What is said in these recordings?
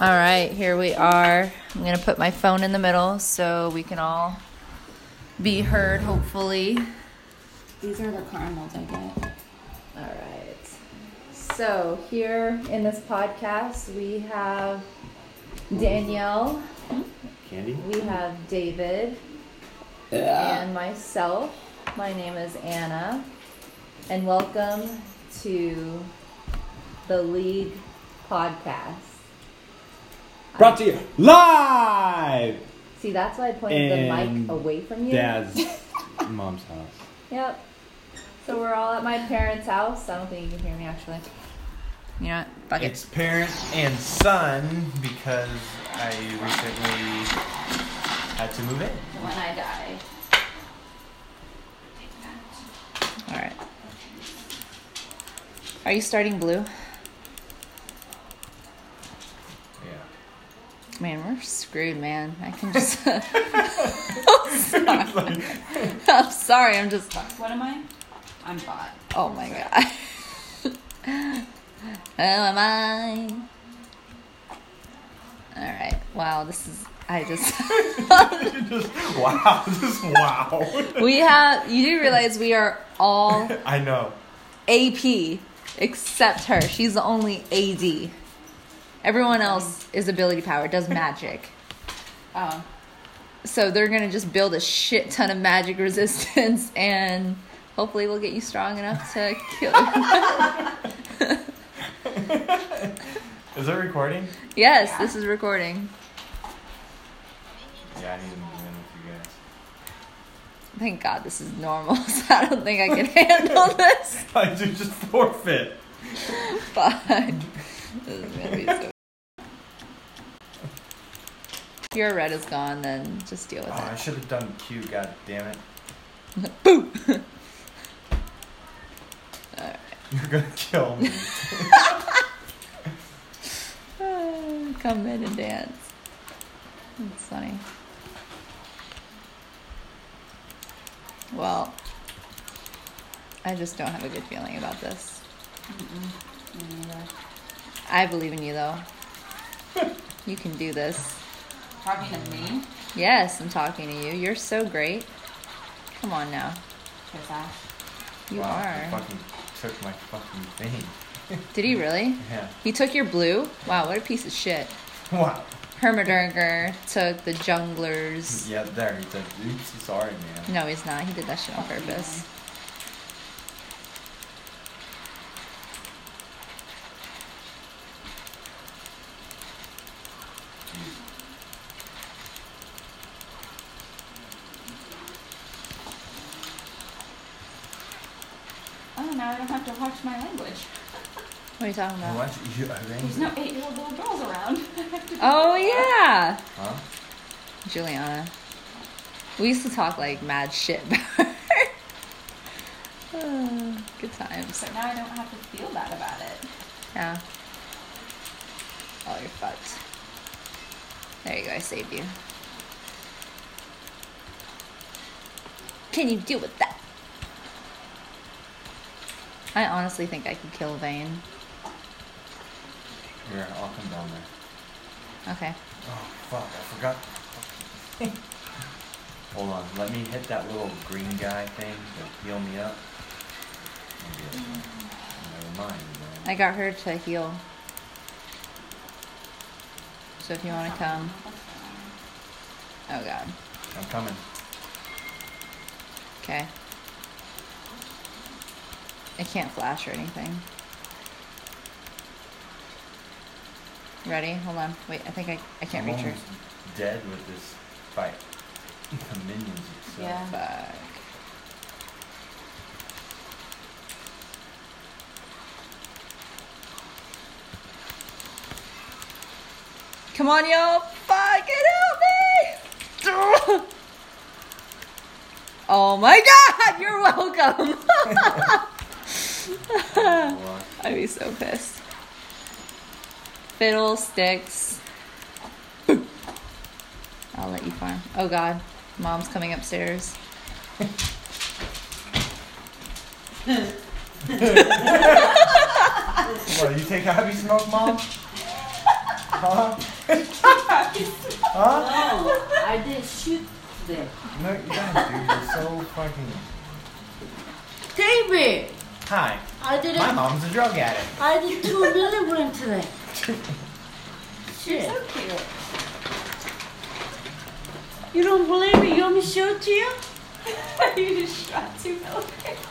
All right, here we are. I'm going to put my phone in the middle so we can all be heard, hopefully. These are the caramels I get. All right. So, here in this podcast, we have Danielle, Candy? we have David, and myself. My name is Anna, and welcome to the League Podcast. Brought to you live! See, that's why I pointed the And mic away from you. Dad's mom's house. Yep. So we're all at my parents' house. I don't think you can hear me actually. You know, what? fuck it. It's parent and son because I recently had to move in. When I die. All right. Are you starting blue? Yeah. Man, we're screwed, man. I can just. I'm, sorry. I'm sorry. I'm just. What am I? I'm bot. Oh my god. Who am I? All right. Wow. This is. I just. Just wow, just wow. we have. You do realize we are all I know. AP except her. She's the only AD. Everyone else is ability power, does magic. Oh. So they're gonna just build a shit ton of magic resistance and hopefully we'll get you strong enough to kill Is it recording? Yes, this is recording. Yeah, I need to move in with you guys. Thank God this is normal. So I don't think I can handle this. I do just forfeit. Fuck. This is gonna be so if your red is gone, then just deal with Oh, I it. should have done Q, god damn it. Boo! You're gonna kill me. Ah, Come in and dance. That's funny. Well, I just don't have a good feeling about this. Mm, I believe in you though. you can do this. Talking to me? Yes, I'm talking to you. You're so great. Come on now. Kiss ass. You wow, are. He fucking took my fucking thing. Did he really? Yeah. He took your blue? Wow, what a piece of shit. Wow. Hermidurger took the junglers. Yeah, there he said, oops, sorry, man. No, he's not. He did that shit on purpose. Oh, now I don't have to watch my language. What are you talking about? What? You are There's angry? no eight year old little girls around. Oh yeah, Huh? Juliana. We used to talk like mad shit. about her. Oh, Good times. But now I don't have to feel bad about it. Yeah. Oh, you're fucked. There you go. I saved you. Can you deal with that? I honestly think I could kill Vane. Here, I'll come down there. Okay. Oh, fuck, I forgot. Hold on, let me hit that little green guy thing to heal me up. Maybe it'll- Never mind, man. I got her to heal. So if you want to come. Oh god. I'm coming. Okay. I can't flash or anything. Ready? Hold on. Wait, I think I, I can't I'm reach her. almost dead with this fight. The minions itself. Yeah. Fuck. Come on, yo! Fucking help me! Oh my god! You're welcome! Well, I'd be so pissed. Fiddlesticks. I'll let you farm. Oh god, mom's coming upstairs. What, you take happy smoke, mom? Huh? huh? No, Oh, I didn't shoot them. No, you don't, dude. You're so fucking. David, Hi. I did My not mom's a drug addict. I did two milligram today. Shit, So cute. you don't believe me? You want me to show it to you? you just shot two milligrams.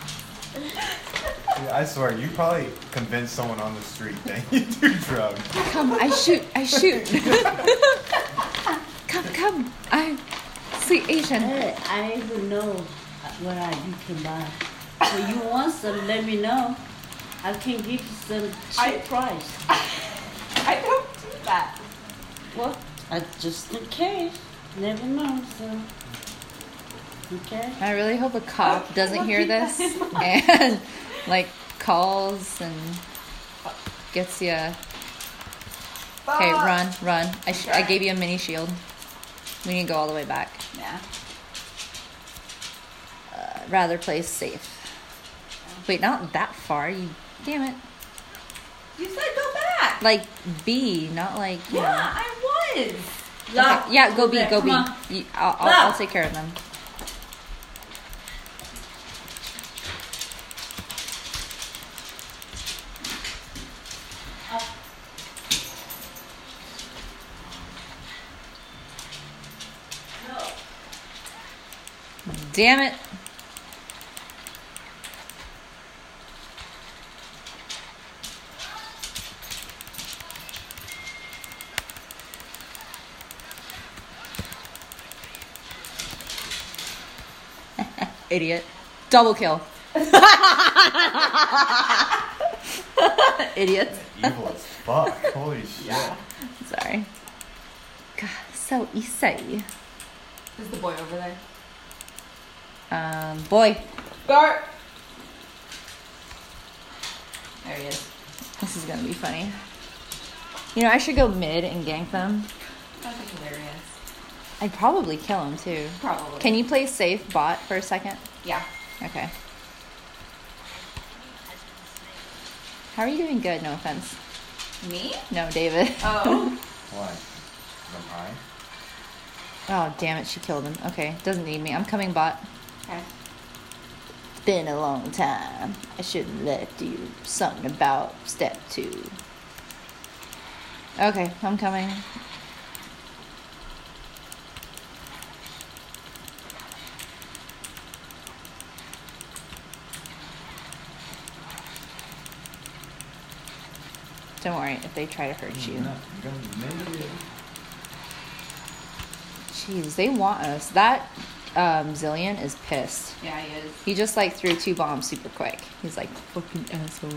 Dude, I swear, you probably convinced someone on the street that you do drugs. Come, I shoot, I shoot. come, come. I sweet Asian. Hey, Eh, I don't even know what I you can buy. So you want some? Let me know. I can give you some cheap I- price. I don't do that. Well, I just in case. Never know. So okay. I really hope a cop Okay, doesn't we'll hear keep that this and like calls and gets you. Okay, Fuck. run, run. I, sh- I gave you a mini shield. We need to go all the way back. Yeah. Uh, rather play safe. Wait, not that far. You, damn it. You said go back. Like B, not like. you know. Yeah, I was. Love. Okay, Yeah, go B, there, go come B. on. You- I'll, I'll, I'll Love. take care of them. Damn it. Idiot. Double kill. Idiot. Evil as fuck. Holy shit. Sorry. God, so easy. Is the boy over there? Um, boy, Bart. There he is. this is gonna be funny. You know, I should go mid and gank them. That's hilarious. I'd probably kill him too. Probably. Can you play safe bot for a second? Yeah. Okay. How are you doing good? No offense. Me? No, David. Oh. Why? Am I? Oh, damn it, she killed him. Okay, doesn't need me. I'm coming bot. okay. Been a long time. I shouldn't left you. Something about step two. Okay, I'm coming. Don't worry if they try to hurt you. Hmm. No, you're gonna maybe. Jeez, they want us. That um, zillion is pissed. Yeah, he is. He just like threw two bombs super quick. He's like fucking asshole.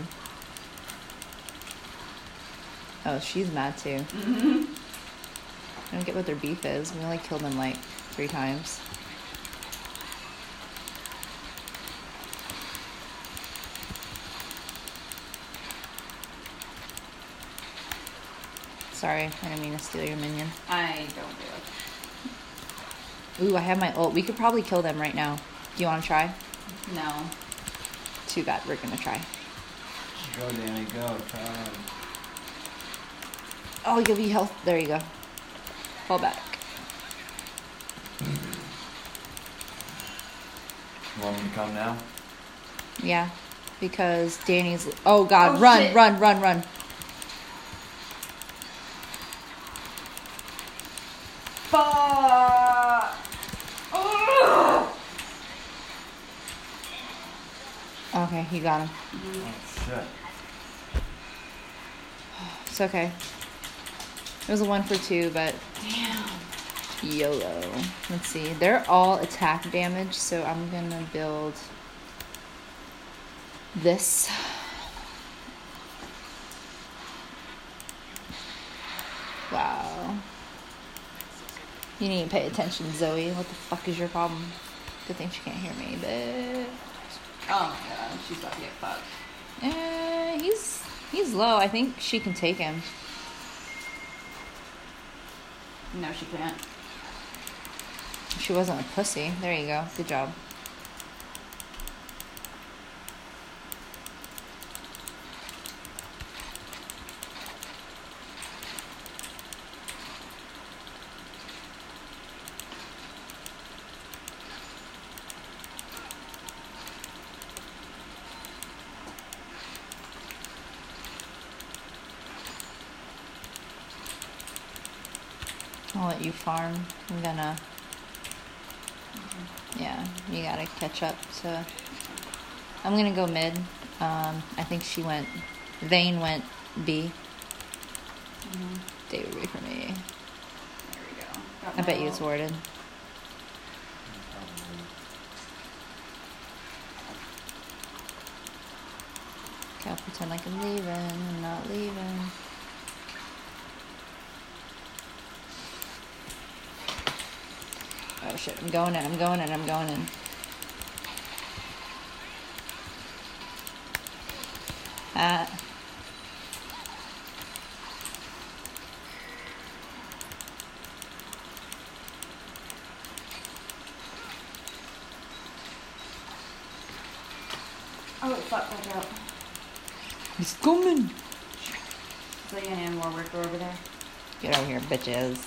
Oh, she's mad too. Mm-hmm. I don't get what their beef is. We only killed them like three times. Sorry, I didn't mean to steal your minion. I don't do it. Ooh, I have my ult. We could probably kill them right now. Do you want to try? No. Too bad. We're gonna try. Go, Danny, go. Try it. Oh, you'll be health. There you go. Fall back. You want me to come now? Yeah, because Danny's. Oh God! Oh, run! shit. Run! Run! Run! Fuck. Ugh. Okay, he got him. Oh, shit. It's okay. It was a one for two, but damn. YOLO. Let's see. They're all attack damage, so I'm gonna build this. Wow. You need to pay attention, Zoe. What the fuck is your problem? Good thing she can't hear me, but Oh my god, she's about to get fucked. uh, he's he's low. I think she can take him. No, she can't. She wasn't a pussy. There you go. Good job. I'll let you farm. I'm gonna. Yeah, you gotta catch up. So I'm gonna go mid. Um, I think she went. Vane went B. Day would be for me. There we go. Got I bet you my it's little- warded. Okay, I'll pretend like I'm leaving. I'm not leaving. Oh shit, I'm going in, I'm going in, I'm going in. Ah. Oh, it fucked back up. He's coming! Zillion and Warwick are over there. Get over here, bitches.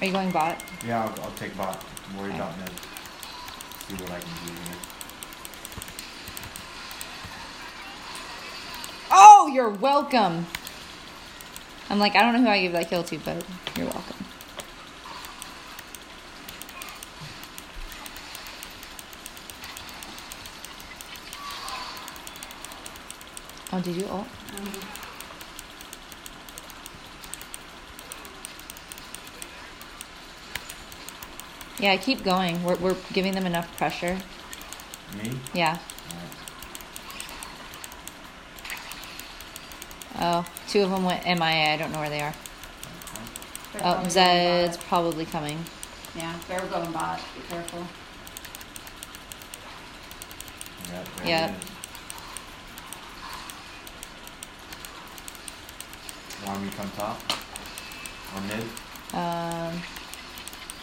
Are you going bot? Yeah, I'll, I'll take bot. Worry Okay. about mid. See what I can do here. Oh, you're welcome. I'm like, I don't know who I gave that kill to, but you're welcome. Oh, did you ult? Yeah, keep going. We're, we're giving them enough pressure. Me? Yeah. Alright. Oh, two of them went MIA. I don't know where they are. Oh, They're probably going Zed's bot. probably coming. Yeah, they're going bot. Be careful. Yeah. there it Yeah. is. Want me to come top? Or mid? Um,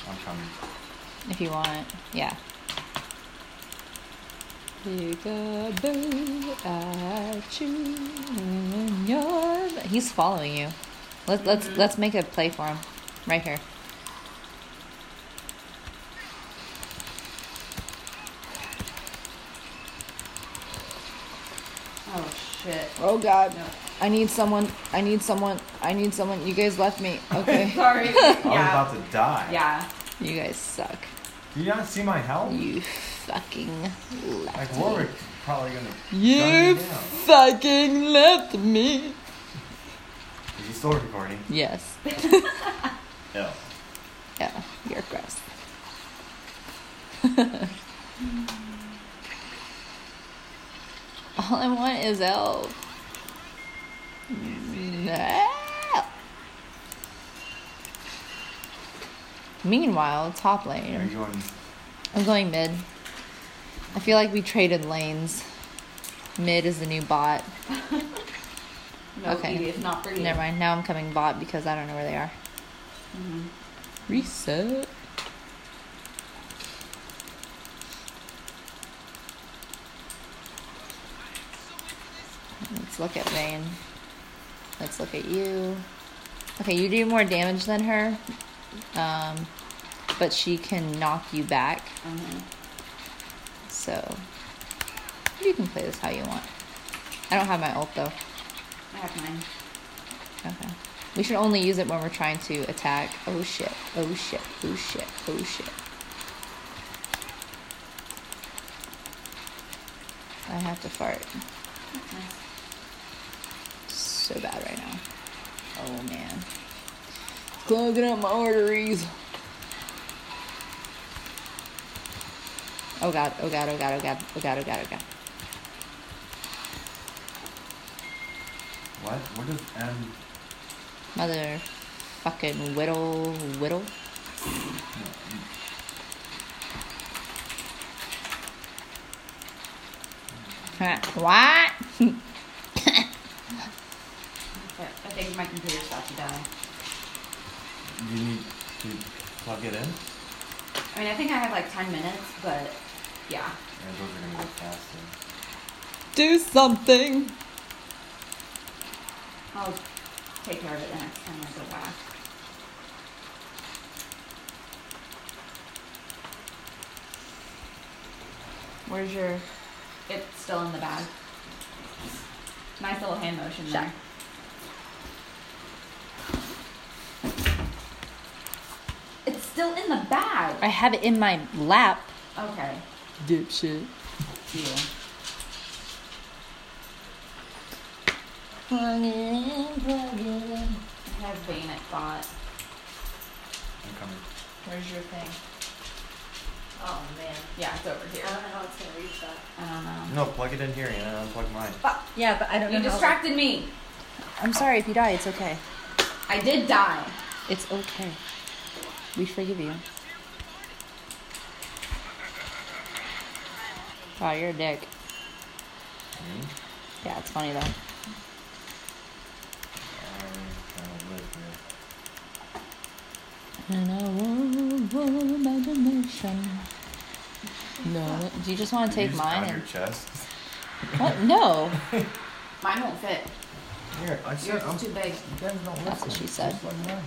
I'm coming. if you want. Yeah. Peekaboo at you in your- He's following you. Let, let's let's make a play for him, right here. Oh, shit. Oh God! No. I need someone. I need someone. I need someone. You guys left me. Okay. Sorry. I was yeah. about to die. Yeah. you guys suck. Do you not see my health? You fucking Like left me. Warwick's probably gonna gun You me down. fucking left me. Is he still recording? Yes. No. Yeah, you're gross. All I want is help. No. Meanwhile, top Are you lane. going I'm going mid. I feel like we traded lanes. Mid is the new bot. No, Okay. Evie, it's not for you. Never mind. Now I'm coming bot because I don't know where they are. Mhm. Reset. Let's look at Vayne. Let's look at you. Okay, you do more damage than her, um, but she can knock you back. Mhm. So you can play this how you want. I don't have my ult though. I have mine. Okay. We should only use it when we're trying to attack. Oh shit. Oh shit. Oh shit. Oh shit. I have to fart Nice. so bad right now. Oh man. Clogging up my arteries. Oh god, oh god, oh god, oh god, oh god, oh god, oh god. what? What does M Mother fucking whittle whittle. Huh, What? But I think my computer's about to die. you need to plug it in? And I mean, I think I have like 10 minutes, but yeah. those are gonna go faster. Do something. I'll take care of it the next time I go back. Where's your? It's still in the bag. Nice little hand motion there. It's still in the I bag. have it in my lap. Okay. Dipshit. Deal. I have vein at thought. I'm coming. Where's your thing? Oh man, Yeah, it's over here. I don't Uh, know how it's gonna reach that. I don't know. No, plug it in here and then unplug mine. Yeah, but I don't You distracted me. I'm sorry if you die. It's okay. I did die. It's okay. We forgive you. Wow, Oh, you're a dick. Me? Yeah, it's funny though. I kinda live here. And I won't roll my dimension. No, do you just want to You take just mine? pound And, your chest. what? No, Mine won't fit. Here, I said Yours I'm is too You big. guys don't That's what listen. she said. Just plug mine.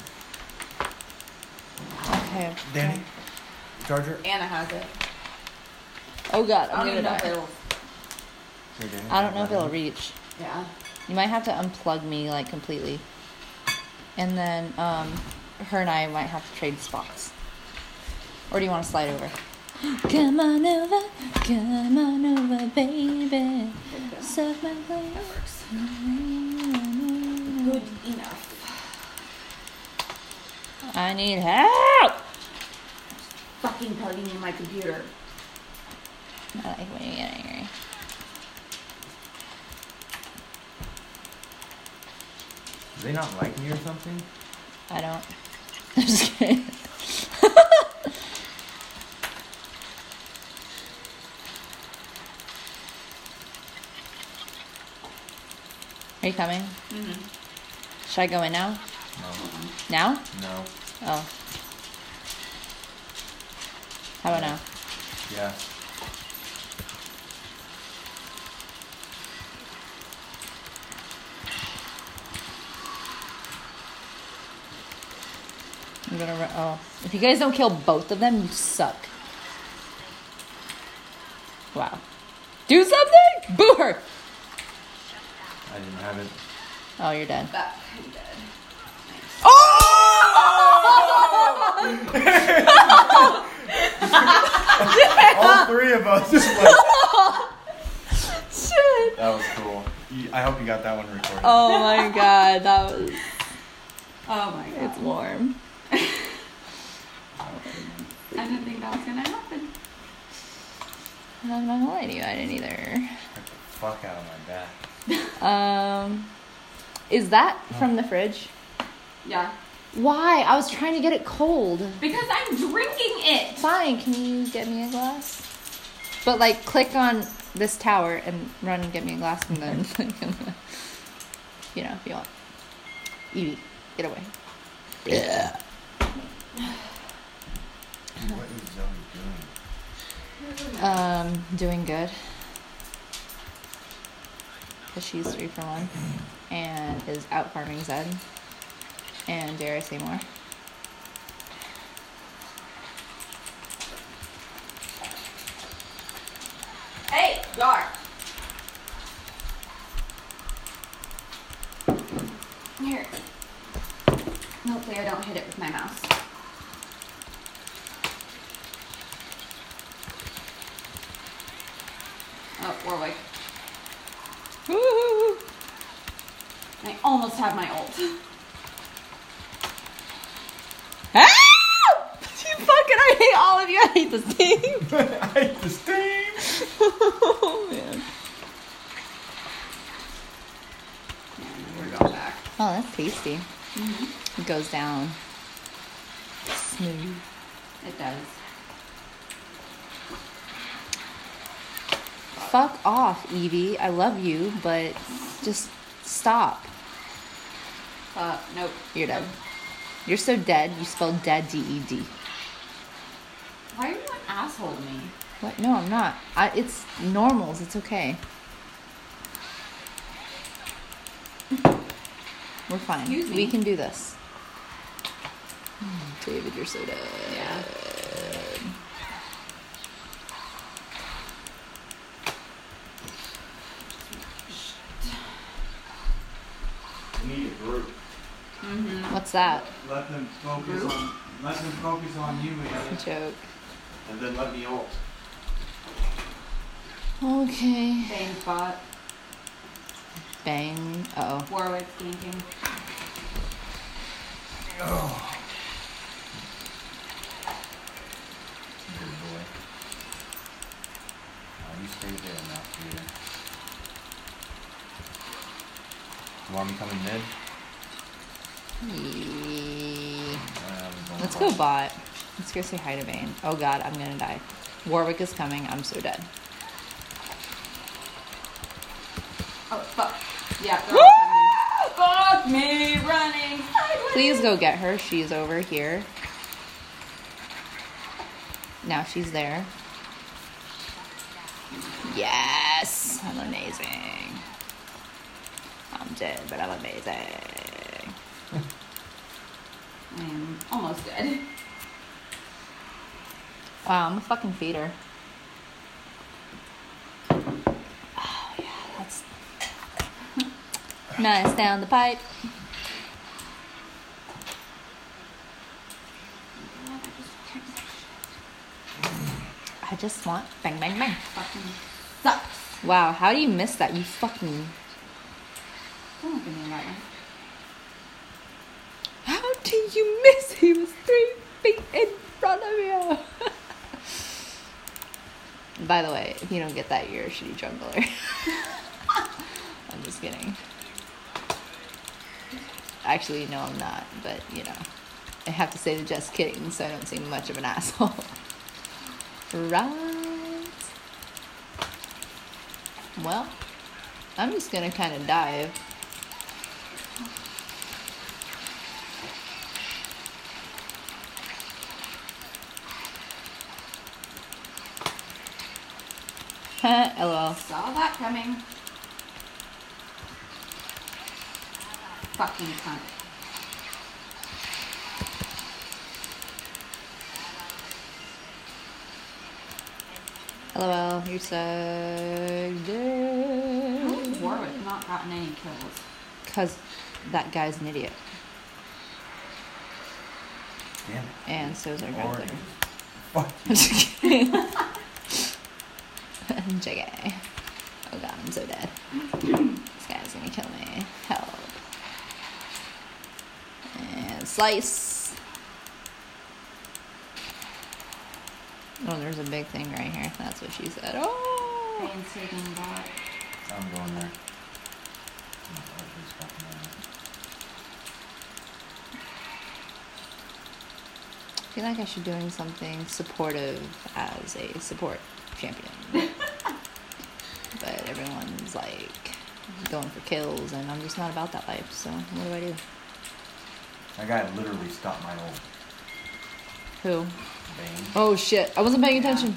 Okay. Danny, charger. Anna has it. Oh God, I I'm don't gonna even know if die. it'll. Here, Danny, I don't know if plug it'll it in. reach. Yeah. You might have to unplug me like completely. And then um, her and I might have to trade spots. Or do you want to slide over? Come on over, come on over, baby. Suck my lips. Good enough. I need help. Fucking plugging in my computer. I like when you get angry. Do they not like me or something? I don't. I'm just kidding. Are you coming? Mm-hmm. Should I go in now? No, Now? no. Oh. How about now? Yeah. I'm gonna. Run. Oh, if you guys don't kill both of them, you suck. Wow. Do something. Boo her. I didn't have it. Oh, you're dead. That I'm dead. All three of us. that Shit. was cool. You- I hope you got that one recorded. Oh my god, that was. Oh my god. It's warm. I didn't think that was gonna happen. And I'm not gonna lie to you, I didn't either. Get the fuck out of my back. Um, is that from the fridge? Yeah. Why? I was trying to get it cold. Because I'm drinking it. Fine, can you get me a glass? But like, click on this tower and run and get me a glass, and then, you know, if you want. Evie, get away. Yeah. What is Zoe doing? Um, doing good. Cause she's three for one, and is out farming Zed, and dare I say more. Hey, Yar. Here. Hopefully I don't hit it with my mouse. Oh, Warwick. Woo! I almost have my ult. Ah! You fucking, I hate all of you. I hate this team. I hate this team. oh man. We're going back. Oh, that's tasty. It goes down. Smooth. It does. Fuck off, Evie. I love you, but just stop. Uh, nope. You're dead. You're so dead. You spelled dead D E D. Why are you an asshole to me? What? No, I'm not. I, it's normals. It's okay. We're fine. Excuse We me. can do this. Mm, David, you're so dead. Yeah. need a group. Mm-hmm. What's that? Let them focus Group? on let them focus on you, Anna, Joke. and then let me ult. Okay. Bane's bot. Bang. Uh oh. Warwick's ganking. Good boy. Now you stay there now, Peter. You want me coming mid? Uh, we going Let's bot. go bot. Let's go say hi to Vayne. Oh god, I'm gonna die. Warwick is coming. I'm so dead. Oh, fuck. Yeah, they're all coming. Fuck me running sideways. Please go get her. She's over here. Now she's there. Yes, I'm amazing. I'm dead, but I'm amazing. I am almost dead. Wow, I'm a fucking feeder. Oh yeah, that's nice down the pipe. I just want bang bang bang. Fucking sucks. Wow, how do you miss that? You fucking Don't look at me that way. How do you miss? He was three feet in front of you. By the way, if you don't get that, you're a shitty jungler. I'm just kidding. Actually, no, I'm not, but you know. I have to say the just kidding so I don't seem much of an asshole. right. Well, I'm just gonna kind of dive. LOL. Saw that coming. Fucking cunt. LOL, you're so How has dead. Warwick not gotten any kills? Because that guy's an idiot. Damn it. And so is our Or- grandmother. Fuck I'm you. just kidding. JK. Oh god, I'm so dead. This guy's gonna kill me. Help. And slice. Oh, there's a big thing right here. That's what she said. Oh! Bane's taking back. I'm going there. Oh, he's fucking on it. I feel like I should doing something supportive as a support champion. but everyone's like going for kills, and I'm just not about that life. So what do I do? That guy literally stopped my old Who? vein. Oh shit! I wasn't paying attention.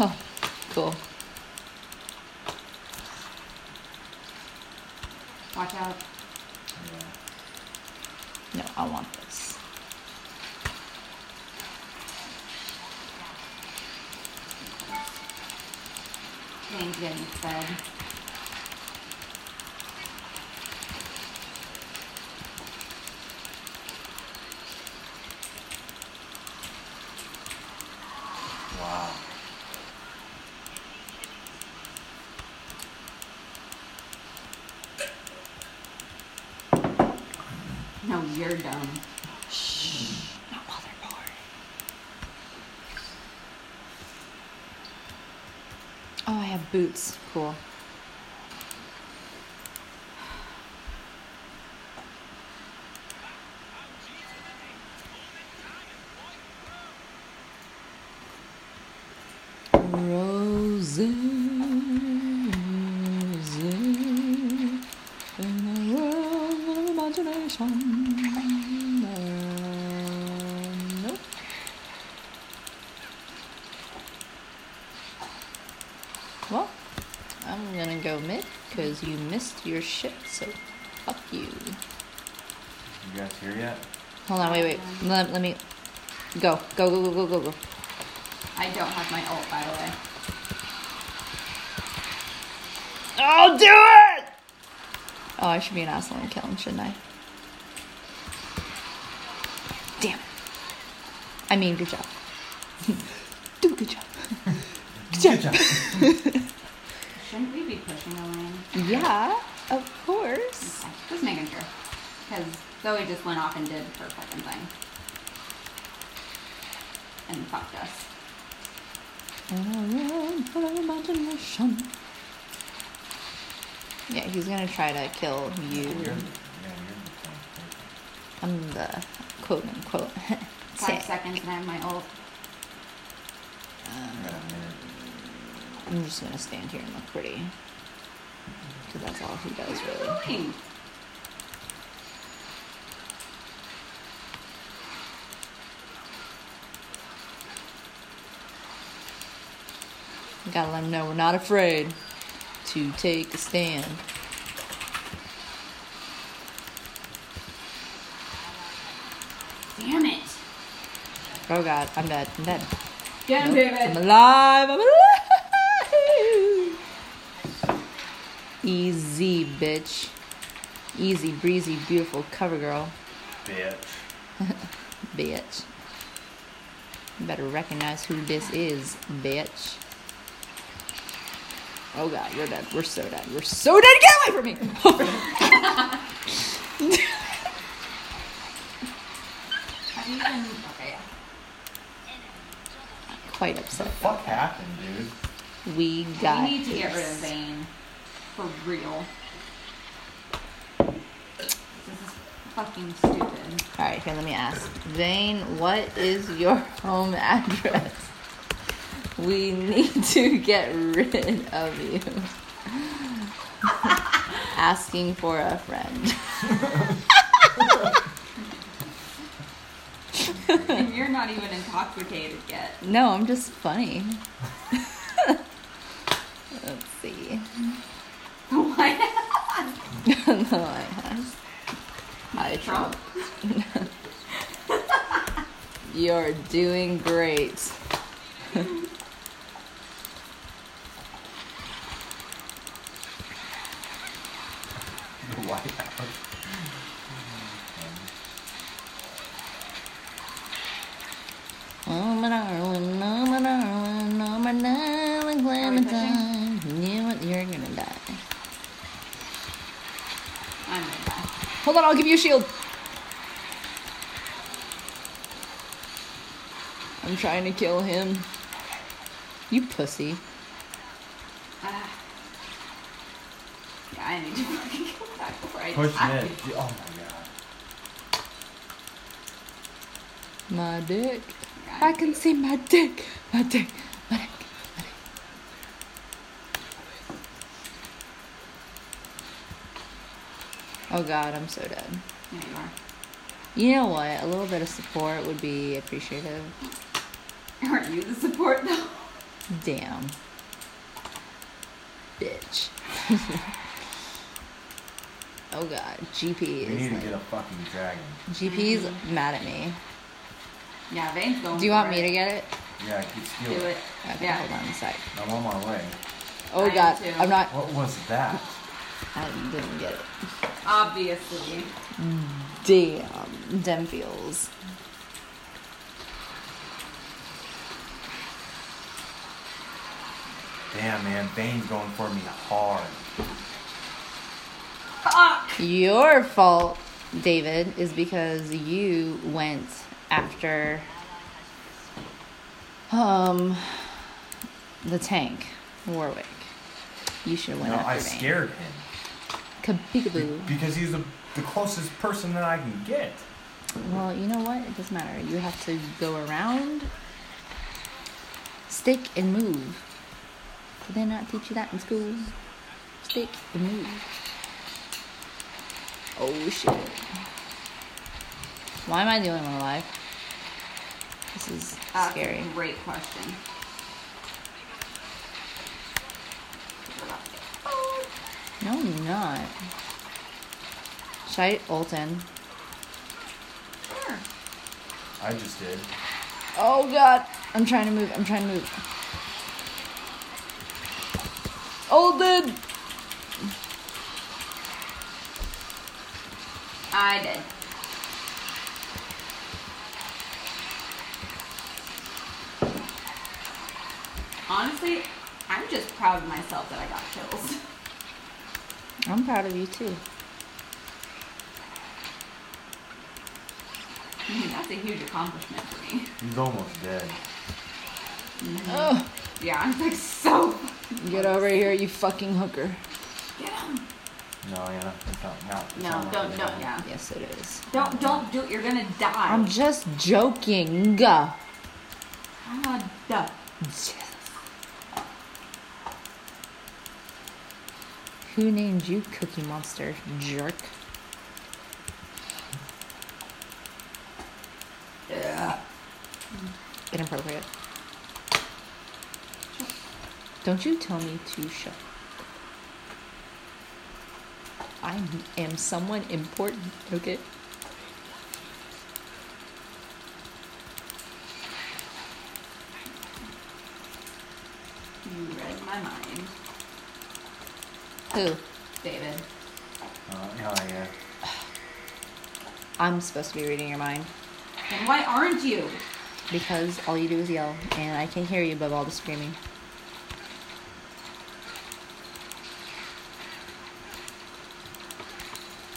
Oh, cool. Watch out. Yeah. No, I want this. Bane's getting fed. Wow. No, you're dumb. Not while they're bored. Oh, I have boots. Cool. Roses in the world of imagination. Um, nope. Well, I'm gonna go mid because you missed your shit, so fuck you. You guys here yet? Hold on, wait, wait. Let, let me go. Go, go, go, go, go, go. I don't have my ult, by the way. I'll do it! Oh, I should be an asshole and kill him, shouldn't I? Damn. I mean, good job. do a good job. Good job. Shouldn't we be pushing Elaine? Yeah, of course. Okay, just making sure. Because Zoe just went off and did her fucking thing. And fucked us. Yeah, he's gonna try to kill you. You're the- yeah, you're the point. I'm the quote unquote. Five Sick. seconds and I have my ult. I got a minute. I'm just gonna stand here and look pretty. Because that's all he does, What really. are you doing? We gotta let him know we're not afraid to take a stand. Damn it! Oh god, I'm dead. I'm dead. Get him, Nope, I'm David! alive. I'm alive. Easy, bitch. Easy, breezy, beautiful cover girl, Bitch. bitch. You better recognize who this is, bitch. Oh god, you're dead. We're so dead. We're so dead. Get away from me! Have you been. Okay, yeah. Quite upset. Fuck happened, dude? We got. we need to get rid this. of Zane. For real. This is fucking stupid. All right, here, let me ask. Vane, what is your home address? We need to get rid of you. Asking for a friend. and you're not even intoxicated yet. No, I'm just funny. Let's see. What? no, I have. Hi, Trump. Trump? You're doing great. The White House. Oh my darling, oh my darling, oh my darling Clementine. You know what? You're gonna die. I'm gonna die. Hold on, I'll give you a shield. I'm trying to kill him. You pussy. Ah. yeah, I need to fucking kill that before I Push die. it. Oh My my god. dick. Yeah, I can see my dick. My dick. My dick. My dick. Oh god, I'm so dead. There you are. You know what? A little bit of support would be appreciative. Aren't you the support though? Damn. Bitch. oh god, GP We need is to like, get a fucking dragon. GP's Mm-hmm. mad at me. Yeah, Vane's going. Do you for want it. me to get it? Yeah, I could steal do it? Okay, yeah. hold on a sec. I'm on my way. Oh I am god, too. I'm not. What was that? I didn't get it. Obviously. Damn, dem feels. Damn, man. Bane's going for me hard. Fuck. Your fault, David, is because you went after um the tank, Warwick. You should have went no, after I Vayne. scared him. Kabikaboo. Because he's the, the closest person that I can get. Well, you know what? It doesn't matter. You have to go around, stick and move. Did they not teach you that in school? Stick and move. Oh shit. Why am I the only one alive? This is That's scary. A great question. No, I'm not. Should I ult in? Sure. I just did. Oh god. I'm trying to move. I'm trying to move. Ulted! I did. Honestly, I'm just proud of myself that I got chills. I'm proud of you too. I mean, That's a huge accomplishment for me. He's almost dead. Ugh, Yeah, I'm like so. get over here, you fucking hooker. Get him. No, Anna, it's not. No, it's No, not don't, really don't, bad. yeah. Yes, it is. Don't, don't do it. You're gonna die. I'm just joking. Yes. God, duh. Who named you Cookie Monster, jerk? Inappropriate. Don't you tell me to shut. I am someone important, okay? You read my mind, Who? David. Uh, no, yeah. I'm supposed to be reading your mind And why aren't you? because all you do is yell, and I can hear you above all the screaming.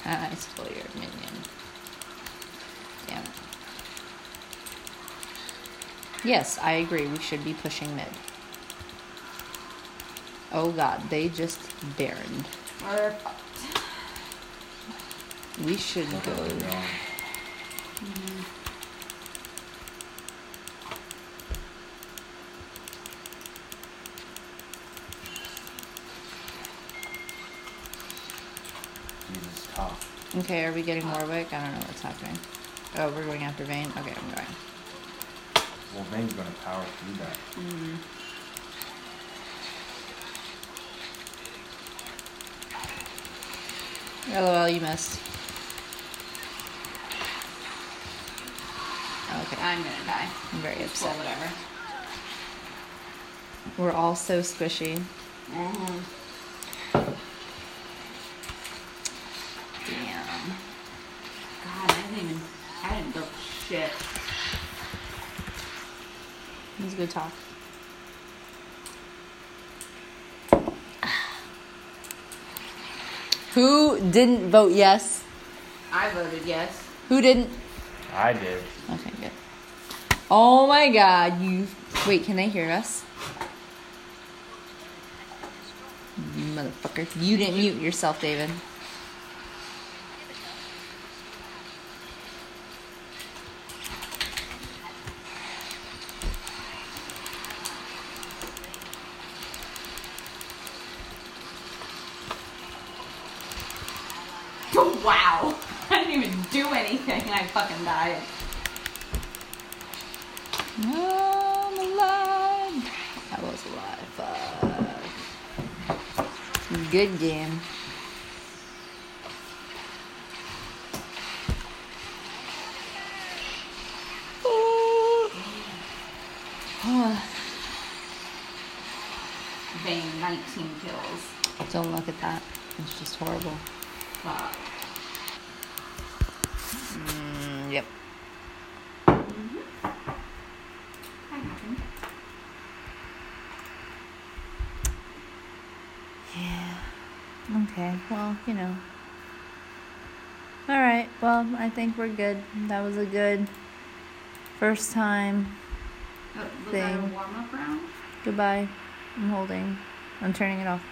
Ah, I stole your minion. Damn. it. Yes, I agree. We should be pushing mid. Oh god, they just baroned. We're fucked. We should Nothing go. really wrong. Jesus, top. Okay, are we getting Warwick? I don't know what's happening. Oh, we're going after Vayne? Okay, I'm going. Well, Vane's gonna power through that. LOL, you missed. Okay, I'm gonna die. I'm very Well, upset. whatever. We're all so squishy. Oh, Damn. God, I didn't even. I didn't build shit. It was a good talk. Who didn't vote yes? I voted yes. Who didn't? I did. Okay, good. Oh my god, you. Wait, can they hear us? Motherfucker. You didn't mute yourself, David. Wow. I didn't even do anything and I fucking died. I'm alive. I was alive. Fuck. uh, Good game. Vain 19 kills. Don't look at that. It's just horrible. Fuck. Mm, yep. That happened. Okay. Well, you know. All right. Well, I think we're good. That was a good first time. Oh, was that a Thing. warm up round? Goodbye. I'm holding. I'm turning it off.